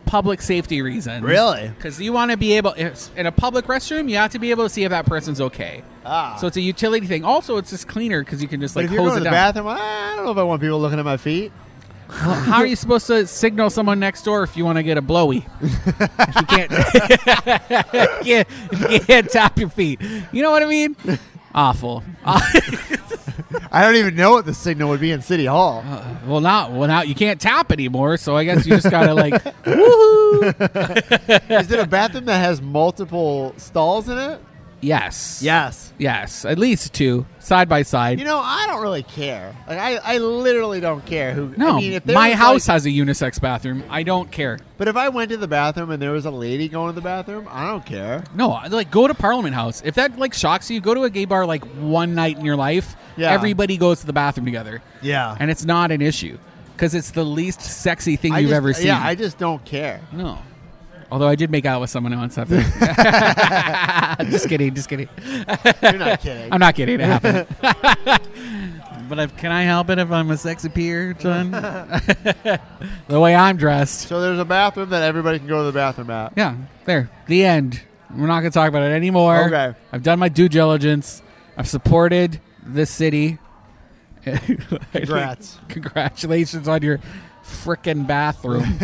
B: Public safety reasons.
A: Really?
B: Because you want to be able it's- in a public restroom, you have to be able to see if that person's okay.
A: Ah.
B: So it's a utility thing. Also, it's just cleaner because you can just
A: But
B: like
A: if you're
B: hose
A: going to
B: it
A: the
B: down.
A: bathroom, I don't know if I want people looking at my feet.
B: Well, How are you supposed to signal someone next door if you want to get a blowy? If you can't, [LAUGHS] you can't, you can't tap your feet. You know what I mean? Awful. Uh,
A: I don't even know what the signal would be in City Hall.
B: [LAUGHS] Well, not well now. You can't tap anymore, so I guess you just gotta like. [LAUGHS]
A: Is it a bathroom that has multiple stalls in it?
B: Yes.
A: Yes.
B: Yes. At least two side by side.
A: You know, I don't really care. Like I, I literally don't care who.
B: no,
A: I mean, if there
B: my
A: was,
B: house
A: like-
B: has a unisex bathroom. I don't care.
A: but if I went to the bathroom and there was a lady going to the bathroom, I don't care.
B: No, like go to Parliament House. If that like shocks you, go to a gay bar like one night in your life.
A: Yeah.
B: Everybody goes to the bathroom together,
A: Yeah.
B: and it's not an issue because it's the least sexy thing
A: I
B: you've
A: just-
B: ever seen.
A: Yeah, I just don't [LAUGHS] care.
B: no. Although I did make out with someone
A: [LAUGHS]
B: once after. [LAUGHS] just kidding. Just kidding.
A: You're not kidding.
B: I'm not kidding. It
A: [LAUGHS]
B: happened. but if, can I help it if I'm a sexy peer,
A: [LAUGHS]
B: John? the way I'm dressed.
A: so there's a bathroom that everybody can go to the bathroom [LAUGHS] at.
B: Yeah. There. The end. We're not going to talk about it anymore.
A: Okay.
B: I've done my due diligence. I've supported this city.
A: Congrats.
B: Congratulations on your frickin' bathroom.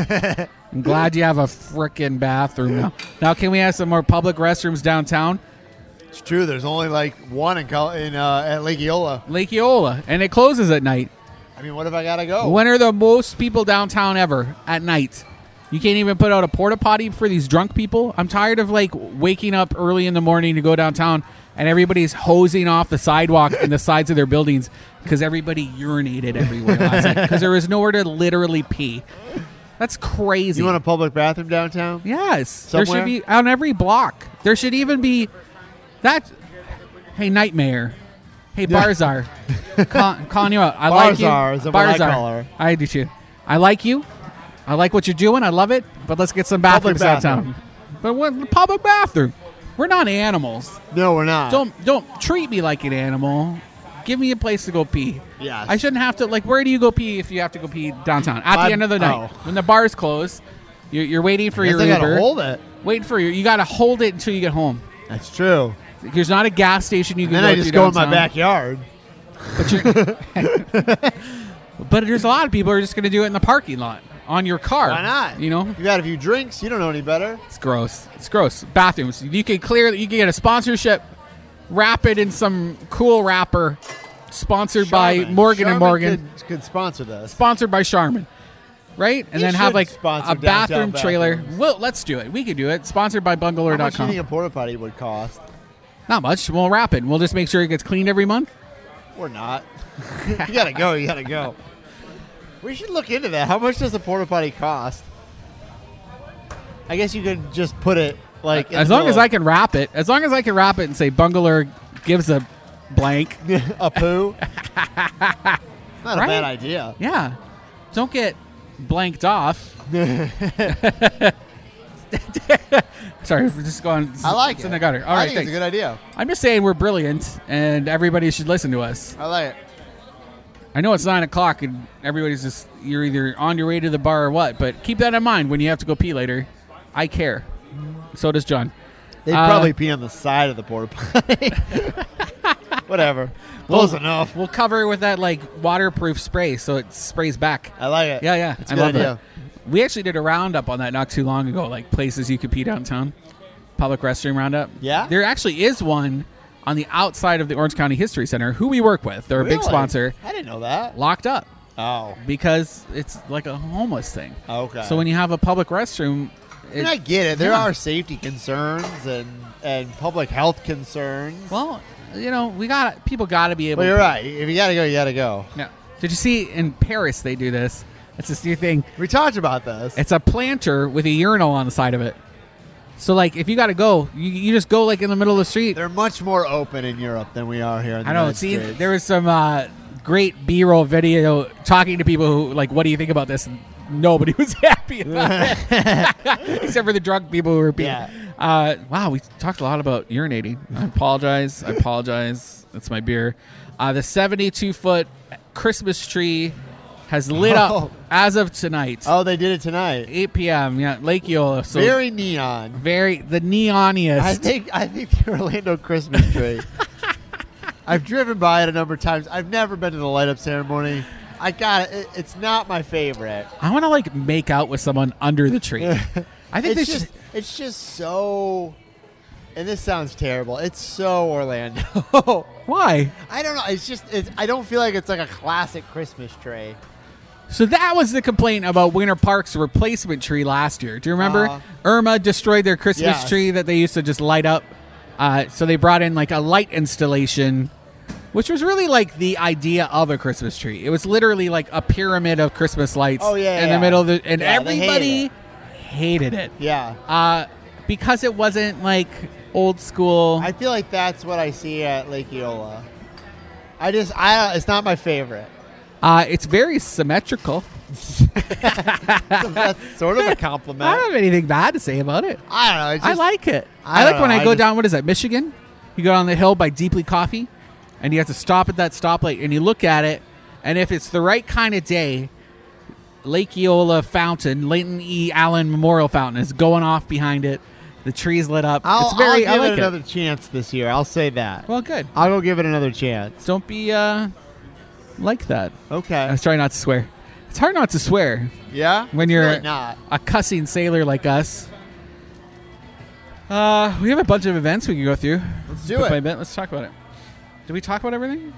B: I'm glad you have a frickin' bathroom now. Now, can we have some more public restrooms downtown?
A: It's true. There's only like one in Col- in uh, at Lake Eola.
B: Lake Eola. And it closes at night.
A: I mean, what if I gotta go?
B: When are the most people downtown ever at night? You can't even put out a porta potty for these drunk people. I'm tired of like waking up early in the morning to go downtown and everybody's hosing off the sidewalk and the sides of their buildings because everybody urinated everywhere last night because there was nowhere to literally pee. That's crazy.
A: you want a public bathroom downtown?
B: Yes, there
A: Somewhere?
B: should be on every block. There should even be that. Hey, nightmare. Hey,
A: [LAUGHS]
B: Barzar. Call, calling you out. I like you.
A: Barzar is what I call her.
B: I do too. I like you. I like what you're doing. I love it. But let's get some bathrooms
A: Public
B: downtown. But what public bathroom? We're not animals.
A: No, we're not.
B: Don't don't treat me like an animal. Give me a place to go pee.
A: Yes.
B: I shouldn't have to like. Where do you go pee if you have to go pee downtown at
A: I'm-
B: the end of the night
A: oh.
B: when the bars close? You're, you're waiting for
A: I guess
B: your
A: I
B: Uber.
A: gotta hold it.
B: Wait for you. You got to hold it until you get home.
A: That's true.
B: There's not a gas station you can
A: Then
B: go
A: I just
B: to
A: go in my
B: downtown.
A: backyard.
B: But there's a lot of people who are just going to do it in the parking lot on your car.
A: Why not?
B: You know,
A: you had a few drinks. You don't know any better.
B: it's gross. It's gross. Bathrooms. You can clear. You can get a sponsorship. Wrap it in some cool wrapper. Sponsored by
A: Charmin.
B: Morgan
A: Charmin
B: and Morgan.
A: could, could sponsor this.
B: Sponsored by Charmin. Right, and
A: You
B: then have
A: should
B: like
A: sponsor
B: a bathroom
A: downtown
B: trailer.
A: bathrooms.
B: Well, let's do it. We could do it. Sponsored by
A: How much do you
B: bungalow.com.
A: think a porta potty would cost?
B: Not much. We'll wrap it. We'll just make sure it gets cleaned every month.
A: Or not? [LAUGHS] you gotta go. You gotta go. We should look into that. How much does a porta potty cost? I guess you could just put it like in
B: as
A: the
B: long as
A: middle
B: I can wrap it, as long as I can wrap it and say bungler gives a blank.
A: [LAUGHS] of a
B: [LAUGHS]
A: poo. not
B: Right?
A: a bad idea.
B: Yeah. Don't get blanked [LAUGHS] off. Sorry, we're just going.
A: I like
B: it's
A: it.
B: in the gutter. All
A: I
B: right,
A: think it's
B: thanks.
A: a good idea.
B: I'm just saying we're brilliant, and everybody should listen to us.
A: I like it.
B: I know it's nine o'clock, and everybody's just you're either on your way to the bar or what. But keep that in mind when you have to go pee later. I care. So does John.
A: They'd
B: Uh,
A: probably pee on the side of the porta potty. [LAUGHS] Whatever. Close
B: We'll-
A: enough.
B: We'll cover with that like waterproof spray, so it sprays back.
A: I like it.
B: Yeah, yeah.
A: It's a
B: I
A: good
B: love
A: idea.
B: that. We actually did a roundup on that not too long ago, like places you could pee downtown, public restroom roundup.
A: Yeah?
B: There actually is one on the outside of the Orange County History Center, who we work with. They're a big
A: Really?
B: sponsor,
A: I didn't know that.
B: locked up
A: Oh.
B: because it's like a homeless thing.
A: Okay.
B: So when you have a public restroom,
A: I mean,
B: it-
A: I get it. There
B: Yeah.
A: are safety concerns and, and public health concerns.
B: well, you know, we got people got to be able
A: but
B: to
A: you're right. If you gotta go, you gotta go.
B: Yeah. Did you see in Paris they do this? It's this new thing.
A: We talked about this.
B: It's a planter with a urinal on the side of it. So like, if you got to go, you, you just go like in the middle of the street.
A: They're much more open in Europe than we are here. In the
B: I know.
A: United
B: See,
A: States.
B: there was some uh, great B-roll video talking to people who like, "What do you think about this?" And nobody [LAUGHS] was happy about
A: [LAUGHS]
B: it, except for the drunk people who were being.
A: Yeah.
B: Uh, wow, we talked a lot about urinating. I apologize. I apologize. That's my beer. Uh, the 72-foot Christmas tree has lit
A: Oh.
B: up as of tonight,
A: oh, they did it tonight.
B: 8 p.m. Yeah, Lake Eola. So
A: Very neon.
B: very the
A: I
B: neoniest.
A: think I think the Orlando Christmas
B: [LAUGHS]
A: tree. I've driven by it a number of times. I've never been to the light up ceremony. I got it. It's not my favorite.
B: I want to like make out with someone under
A: [LAUGHS]
B: the tree. I think they
A: It's
B: should.
A: just it's just so. And this sounds terrible. It's so Orlando. [LAUGHS]
B: why?
A: I don't know. It's just it's, I don't feel like it's like a classic Christmas tree.
B: So that was the complaint about Winter Park's replacement tree last year. Do you remember?
A: Uh,
B: Irma destroyed their Christmas
A: yes.
B: tree that they used to just light up. Uh, so they brought in like a light installation, which was really like the idea of a Christmas tree. It was literally like a pyramid of Christmas lights
A: Oh, yeah,
B: in
A: yeah.
B: the middle of the, and
A: Yeah, they hated
B: everybody
A: it.
B: hated it.
A: Yeah.
B: Uh, because it wasn't like old school.
A: I feel like that's what I see at Lake Eola. I just, I it's not my favorite.
B: Uh, it's very symmetrical.
A: That's sort of a
B: [LAUGHS] I
A: compliment.
B: don't have anything bad to say about it.
A: I don't know. It's
B: I
A: just,
B: like it.
A: I
B: I, like
A: don't
B: when
A: know,
B: I,
A: I
B: go
A: just-
B: down. What is that? Michigan. You go down the hill by Deeply Coffee, and you have to stop at that stoplight, and you look at it, and if it's the right kind of day, Lake Eola Fountain, Leighton E. Allen Memorial Fountain is going off behind it. The tree's lit up.
A: I'll,
B: it's very.
A: I'll give
B: I like
A: it
B: it.
A: another chance this year. I'll say that.
B: Well, good.
A: I'll go give it another chance.
B: Don't be uh, like that. I
A: Okay.
B: was trying not to swear. It's hard not to swear
D: Yeah.
B: when you're
A: Really not.
B: a cussing sailor like us. Uh, we have a bunch of events we can go through.
D: Let's do
B: Quick by
D: it.
B: bit, Let's talk about it. Did we talk about everything?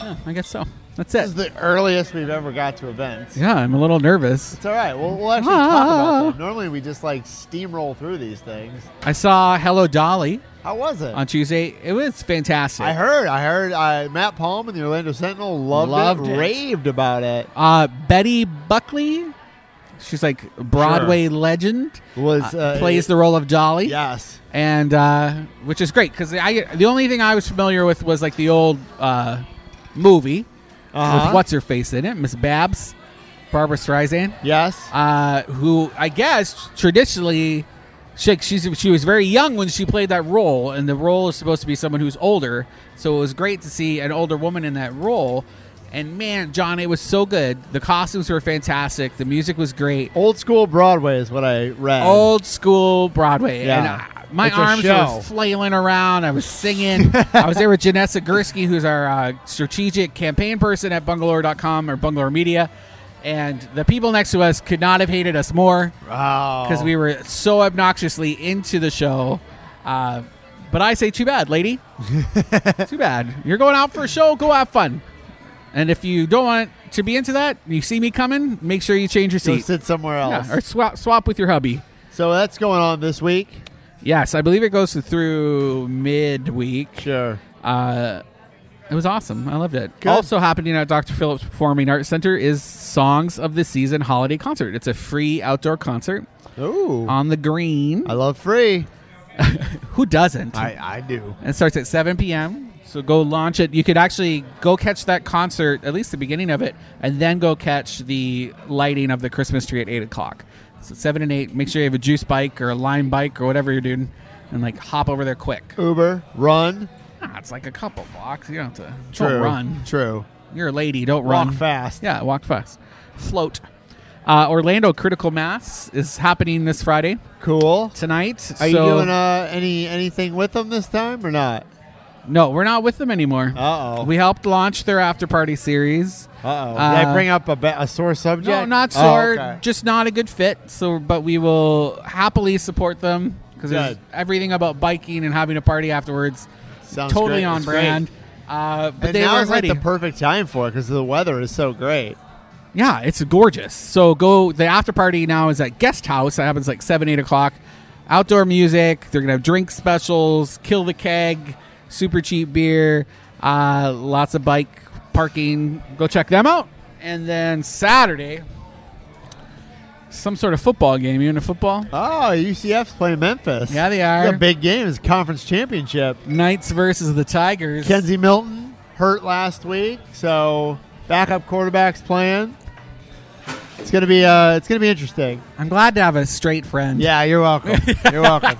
B: No, I guess so. That's
A: This is
B: it.
A: the earliest we've ever got to events.
B: Yeah, I'm a little nervous.
A: It's all right. We'll, we'll actually talk
B: [LAUGHS]
A: about them. Normally we just like steamroll through these things.
B: I saw Hello Dolly
A: How was it?
B: on Tuesday. It was fantastic.
A: I heard. I heard. Uh, Matt Palm and the Orlando Sentinel loved,
B: Loved
A: it,
B: it.
A: Raved about it.
B: uh, Betty Buckley. She's like Broadway legend.
A: Was
B: uh,
A: uh,
B: plays the role of Dolly.
A: yes.
B: and uh, which is great because I the only thing I was familiar with was like the old uh, movie
A: Uh-huh.
B: with what's her face in it, Miss Babs, Barbara Streisand,
A: Yes.
B: uh, who I guess traditionally she she's, she was very young when she played that role, and the role is supposed to be someone who's older. So it was great to see an older woman in that role. And man, John, it was so good. The costumes were fantastic. The music was great.
A: Old school Broadway is what I read.
B: Old school Broadway.
A: Yeah.
B: And I, my
A: It's a
B: arms
A: show.
B: were flailing around. I
A: [LAUGHS]
B: was singing. I was there with Janessa Gursky, who's our uh, strategic campaign person at bungalow.com or Bungalow Media. And the people next to us could not have hated us more because
A: because
B: we were so obnoxiously into the show. Uh, but I say, too
A: [LAUGHS]
B: bad, lady. too bad. You're going out for a show. Go have fun. And if you don't want to be into that, you see me coming, make sure you change your
A: so
B: seat.
A: sit somewhere
B: Yeah,
A: else.
B: or swap, swap with your hubby.
A: so that's going on this week.
B: Yes, I believe it goes through midweek.
A: Sure.
B: Uh, it was awesome. I loved it.
A: Good.
B: Also happening at Dr. Phillips Performing Arts Center is Songs of the Season Holiday Concert. It's a free outdoor concert
A: Ooh.
B: on the green.
A: I love free.
B: Who doesn't?
A: Uh, I do.
B: it starts at 7 p.m. So go launch it. You could actually go catch that concert, at least the beginning of it, and then go catch the lighting of the Christmas tree at 8 o'clock. So 7 and 8. Make sure you have a juice bike or a lime bike or whatever you're doing and like hop over there quick.
A: Uber, run.
B: Nah, Ah, it's like a couple blocks. You don't have to
A: True.
B: don't run.
A: True.
B: You're a lady. Don't
A: Walk
B: run.
A: fast.
B: Yeah, walk fast. Float. Uh, Orlando Critical Mass is happening this Friday
A: Cool.
B: tonight.
A: Are you
B: so
A: doing uh, any anything with them this time or not?
B: no, we're not with them anymore.
A: Uh-oh.
B: We helped launch their after party series.
A: Uh-oh. Did
B: Uh,
A: I bring up a, ba- a sore subject?
B: No, not
A: Oh,
B: sore.
A: okay.
B: Just not a good fit. So, but we will happily support them because
A: Good.
B: everything about biking and having a party afterwards.
A: Sounds
B: totally
A: great.
B: on
A: It's great.
B: brand. Uh, but
A: and
B: they
A: now
B: were
A: is
B: ready.
A: like the perfect time for it because the weather is so great.
B: Yeah, it's gorgeous. So go. The after party now is at guest house. That happens like seven, eight o'clock. Outdoor music. They're gonna have drink specials. Kill the keg. Super cheap beer. Uh, lots of bike parking. Go check them out. And then Saturday, some sort of football game. You into football?
A: Oh, UCF's playing Memphis.
B: Ah. Yeah, they
A: It's
B: are.
A: a big game. It's conference championship.
B: Knights versus the Tigers.
A: Kenzie Milton hurt last week, so backup quarterbacks playing. It's gonna be uh, it's gonna be interesting.
B: I'm glad to have a straight friend.
A: Yeah, you're
B: [LAUGHS]
A: welcome. You're welcome.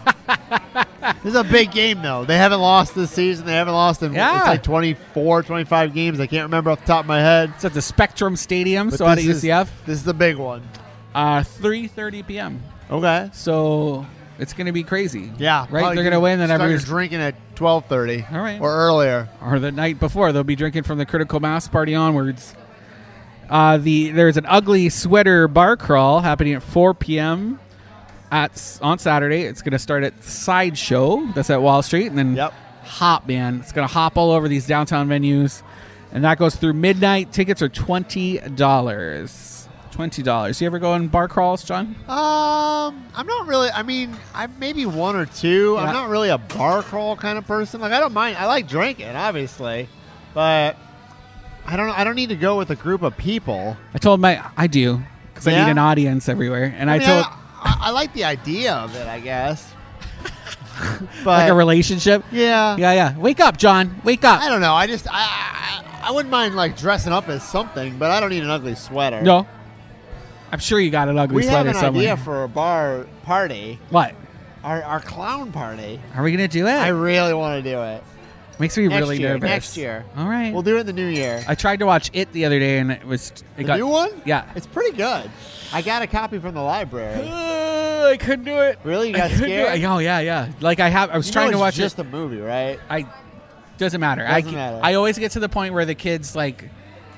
A: this is a big game though. They haven't lost this season. They haven't lost in
B: Yeah.
A: it's like 24, 25 games. I can't remember off the top of my head.
B: It's at the Spectrum Stadium.
A: But
B: so out at
A: this is-
B: UCF,
A: this is the big one.
B: uh, three thirty p.m.
A: Okay.
B: So it's going to be crazy.
A: Yeah,
B: Right?
A: probably
B: They're going to win, then
A: start
B: everybody's.
A: drinking at twelve thirty,
B: All right.
A: or earlier.
B: Or the night before, they'll be drinking from the Critical Mass party onwards. Uh, the There's an ugly sweater bar crawl happening at 4 p.m. At, on Saturday. It's going to start at Sideshow. That's at Wall Street. And then
A: Yep.
B: Hop, man. It's going to hop all over these downtown venues. And that goes through midnight. Tickets are $20. Twenty dollars. You ever go on bar crawls, John?
A: Um, I'm not really. I mean, I maybe one or two.
B: Yeah.
A: I'm not really a bar crawl kind of person. Like, I don't mind. I like drinking, obviously, but I don't. I don't need to go with a group of people.
B: I told my I do because I
A: Yeah?
B: need an audience everywhere, and I,
A: mean,
B: told
A: I, I like the idea of it, I
B: [LAUGHS]
A: guess. but
B: like a relationship.
A: yeah,
B: Yeah, yeah. Wake up, John. Wake
A: I
B: up.
A: don't know. I just I, I I wouldn't mind like dressing up as something, but I don't need an ugly sweater.
B: No, I'm sure you got an ugly
A: we have
B: sweater
A: an
B: somewhere.
A: idea for a bar party,
B: what
A: our our clown party.
B: are we gonna do? It
A: I really want to do it.
B: makes me
A: next
B: really
A: year,
B: nervous.
A: next year.
B: All right.
A: We'll do it in the new year.
B: I tried to watch it the other day, and it was it
A: The
B: got
A: new one?
B: Yeah.
A: It's pretty good. I got a copy from the library.
B: [GASPS] Uh, I couldn't do it.
A: Really? You
B: I
A: got
B: couldn't do
A: scared?
B: it. Oh yeah, yeah. Like I have. I was
A: You know
B: trying to
A: it's
B: watch
A: just
B: it.
A: a movie, right?
B: I doesn't matter. I
A: Doesn't
B: c-
A: matter.
B: I always get to the point where the kids like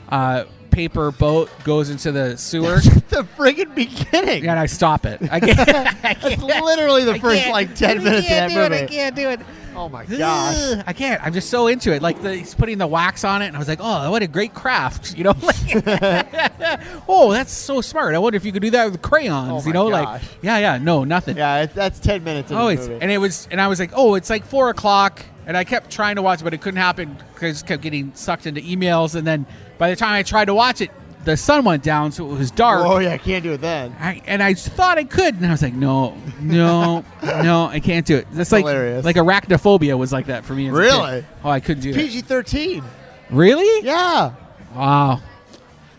B: uh, paper boat goes into
A: [LAUGHS]
B: the sewer, and
A: the friggin' beginning. [LAUGHS]
B: I stop it. I can't. I
A: That's
B: can't.
A: literally the
B: I
A: first
B: can't.
A: like ten
B: I
A: minutes of that
B: can't do it.
A: movie.
B: I can't do it.
A: Oh my
B: [SIGHS]
A: gosh!
B: Ugh, I can't. I'm just so into it. Like the, he's putting the wax on it, and I was like, "Oh, what a great craft!" [LAUGHS] You know,
A: [LAUGHS]
B: like, oh, that's so smart. I wonder if you could do that with crayons.
A: Oh my
B: you know,
A: gosh.
B: like, yeah, yeah, no, nothing.
A: Yeah, it, that's ten minutes. Of
B: Oh,
A: the
B: it's,
A: movie.
B: and it was, and I was like, oh, it's like four o'clock, and I kept trying to watch, but it couldn't happen because kept getting sucked into emails, and then by the time I tried to watch it, the sun went down, so it was dark.
A: oh yeah, I can't do it then.
B: I, and I thought I could, and I was like, no, no, no, I can't do it. That's like
A: Hilarious.
B: like arachnophobia was like that for me. as a kid.
A: Really?
B: Oh, I couldn't do it.
A: PG thirteen.
B: Really?
A: Yeah,
B: Wow.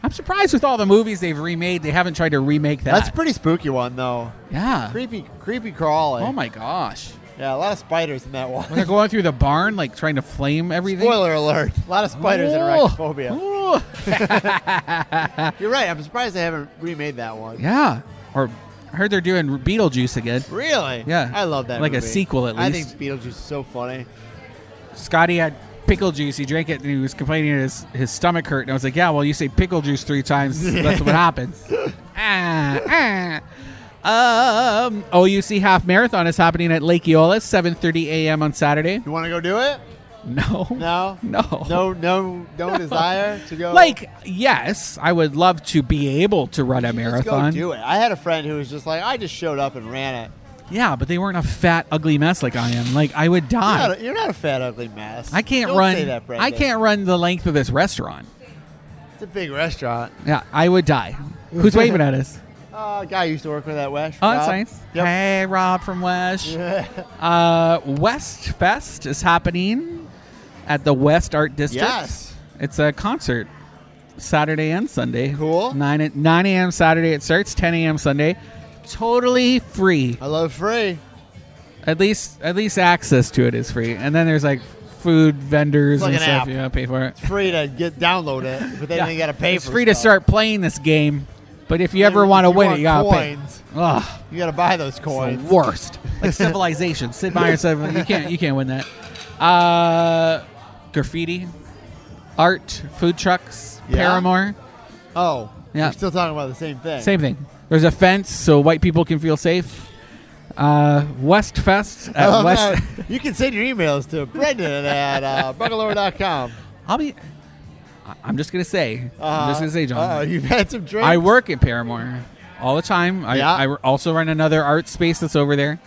B: I'm surprised with all the movies they've remade, they haven't tried to remake that.
A: that's a pretty spooky one though.
B: yeah.
A: Creepy, creepy crawling.
B: Oh my gosh.
A: Yeah, a lot of spiders in that
B: When they're
A: one.
B: going through the barn, like trying to flame
A: [LAUGHS]
B: everything.
A: Spoiler alert: a lot of spiders in
B: Oh.
A: arachnophobia.
B: Ooh.
A: You're right. I'm surprised they haven't remade that one.
B: Yeah. Or I heard they're doing Beetlejuice again.
A: Really?
B: Yeah.
A: I love that.
B: Like a
A: movie.
B: sequel, at
A: I
B: least.
A: think Beetlejuice is so funny.
B: Scotty had pickle juice. He drank it and he was complaining his his stomach hurt. And I was like, yeah, well, you say pickle juice three times, that's what happens. ah, ah. Um, OUC half marathon is happening at Lake Eola, 7:30 a.m. on Saturday.
A: You want to go do it?
B: No,
A: No.
B: no,
A: No, no,
B: [LAUGHS]
A: no desire to go.
B: Like, yes, I would love to be able to run a
A: Let's go
B: marathon.
A: do it. I had a friend who was just like, I just showed up and ran it.
B: Yeah, but they weren't a fat, ugly mess like I am. Like, I would
A: You're
B: die.
A: not a, you're not a fat, ugly mess.
B: I can't
A: Don't
B: run.
A: Say that, Brandon.
B: I can't run the length of this restaurant.
A: It's a big restaurant.
B: Yeah, I would die. Who's waving at us?
A: Uh, guy used to work with that Wesh.
B: Oh, that's
A: Rob.
B: nice.
A: Yep.
B: Hey, Rob
A: [LAUGHS]
B: from West. Uh, West Fest is happening at the West Art District.
A: Yes.
B: It's a concert Saturday and Sunday.
A: Cool.
B: 9, at 9 a.m. Saturday it starts, 10 a.m. Sunday. Totally free.
A: I love free.
B: At least at least access to it is free. And then there's like food vendors
A: It's like an
B: and stuff.
A: app.
B: You gotta pay for it.
A: It's free to get download it, but then you got to pay
B: it's
A: for
B: free to
A: stuff.
B: start playing this game. But if you
A: Then
B: ever want to
A: if you
B: win
A: want
B: it, you gotta
A: coins.
B: pay. Ugh.
A: You got to buy those
B: It's
A: coins.
B: the worst. [LAUGHS] Like civilization. Sid
A: [LAUGHS]
B: Meier's Civilization. You can't you can't win that. Uh, graffiti, art, food trucks,
A: Yeah.
B: Paramore.
A: Oh,
B: Yeah.
A: We're still talking about the same thing. [LAUGHS]
B: Same thing. There's a fence so white people can feel safe. Uh, West Fest
A: I
B: at
A: love
B: West.
A: that. Oh, You can send your emails to Brendan at uh, bungalow.com.
B: [LAUGHS] I'll be. I- I'm just gonna say. I'm just gonna say, John.
A: Uh, you've had some drinks.
B: I work at Paramore all the time. I,
A: Yeah.
B: I also run another art space that's over there.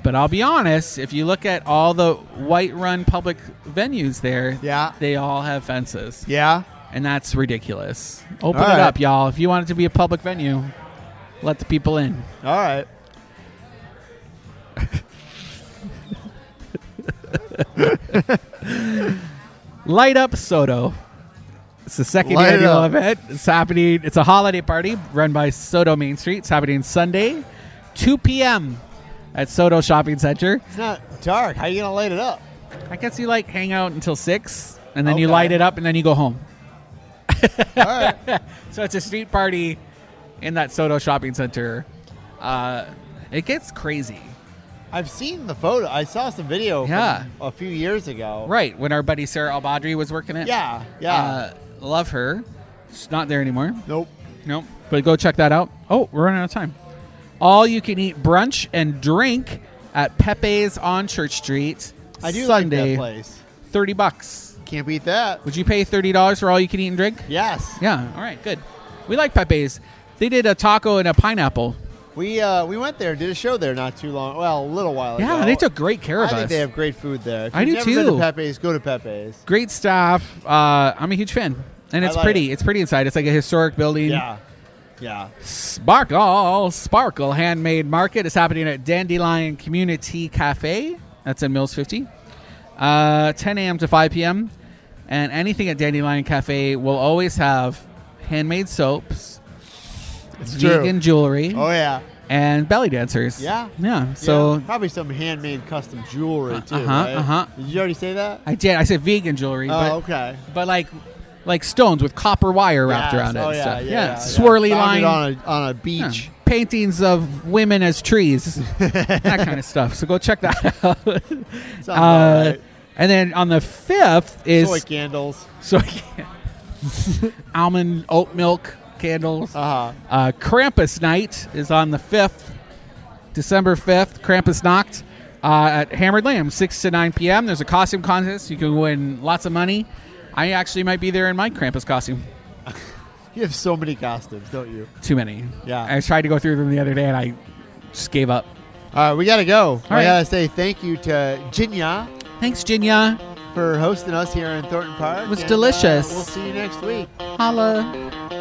B: But I'll be honest, if you look at all the white run public venues there,
A: Yeah.
B: they all have fences.
A: Yeah.
B: And that's ridiculous. Open
A: All
B: it
A: right.
B: up, y'all. If you want it to be a public venue, let the people in.
A: All right.
B: Light Up Soto. It's the second
A: Light
B: annual
A: up.
B: event. It's happening. It's a holiday party run by Soto Main Street. It's happening Sunday, 2 p.m. at Soto Shopping Center.
A: It's not dark. How you gonna light it up?
B: I guess you like hang out until six, and then you
A: Okay.
B: light it up, and then you go home.
A: All right.
B: [LAUGHS] So it's a street party in that Soto shopping center. Uh, it gets crazy,
A: I've seen the photo. I saw some video from
B: Yeah.
A: a few years ago.
B: right? When our buddy Sarah Albadri was working it,
A: Yeah. Yeah.
B: Uh, love her. She's not there anymore.
A: nope.
B: Nope. But go check that out. Oh, we're running out of time. All you can eat brunch and drink at Pepe's on Church Street.
A: I do like
B: Sunday,
A: that place.
B: Thirty bucks.
A: Can't beat that.
B: Would you pay thirty dollars for all you can eat and drink?
A: Yes.
B: Yeah. All right. Good. We like Pepe's. They did a taco and a pineapple.
A: We uh, we went there, did a show there not too long, well, a little while ago.
B: Yeah, they took great care
A: I
B: of
A: think
B: us.
A: they have great food there. If
B: I
A: you've
B: do
A: never Been
B: too.
A: to Pepe's, go to Pepe's.
B: great staff. Uh, I'm a huge fan, and
A: I
B: it's
A: like
B: pretty. It's pretty inside. It's like a historic building.
A: Yeah, yeah.
B: Sparkle Sparkle Handmade Market is happening at Dandelion Community Cafe. That's in Mills 50. Uh, 10 a.m. to 5 p.m. And anything at Dandelion Cafe will always have handmade soaps,
A: It's
B: vegan
A: true.
B: jewelry,
A: Oh yeah,
B: and belly dancers.
A: Yeah.
B: Yeah. So
A: Yeah, probably some handmade custom jewelry too.
B: uh-huh,
A: right?
B: uh-huh.
A: Did you already say that?
B: I did. I said vegan jewelry, but,
A: oh okay.
B: but like like stones with copper wire wrapped
A: Yes.
B: around it.
A: Oh,
B: and
A: yeah,
B: stuff.
A: yeah, yeah, yeah.
B: Swirly
A: Found it
B: line.
A: on a on a
B: Yeah.
A: beach.
B: Paintings of women
A: [LAUGHS]
B: as trees, that kind of stuff. So go check that [LAUGHS] out.
A: Sounds about
B: Uh,
A: right.
B: and then on the fifth is [LAUGHS]
A: soy candles.
B: soy almond oat milk candles.
A: Uh huh.
B: Uh, Krampus night is on the fifth, December fifth. Krampus Nacht uh, at Hammered Lamb, six to nine p.m. There's a costume contest. You can win lots of money. I actually might be there in my Krampus costume.
A: You have so many costumes, don't you?
B: Too many.
A: Yeah.
B: I tried to go through them the other day and I just gave up.
A: All right, we gotta go. I
B: right.
A: gotta say thank you to Jinya
B: Thanks, Jinya.
A: for hosting us here in Thornton Park.
B: It was
A: and, uh,
B: delicious.
A: we'll see you next week.
B: Holla.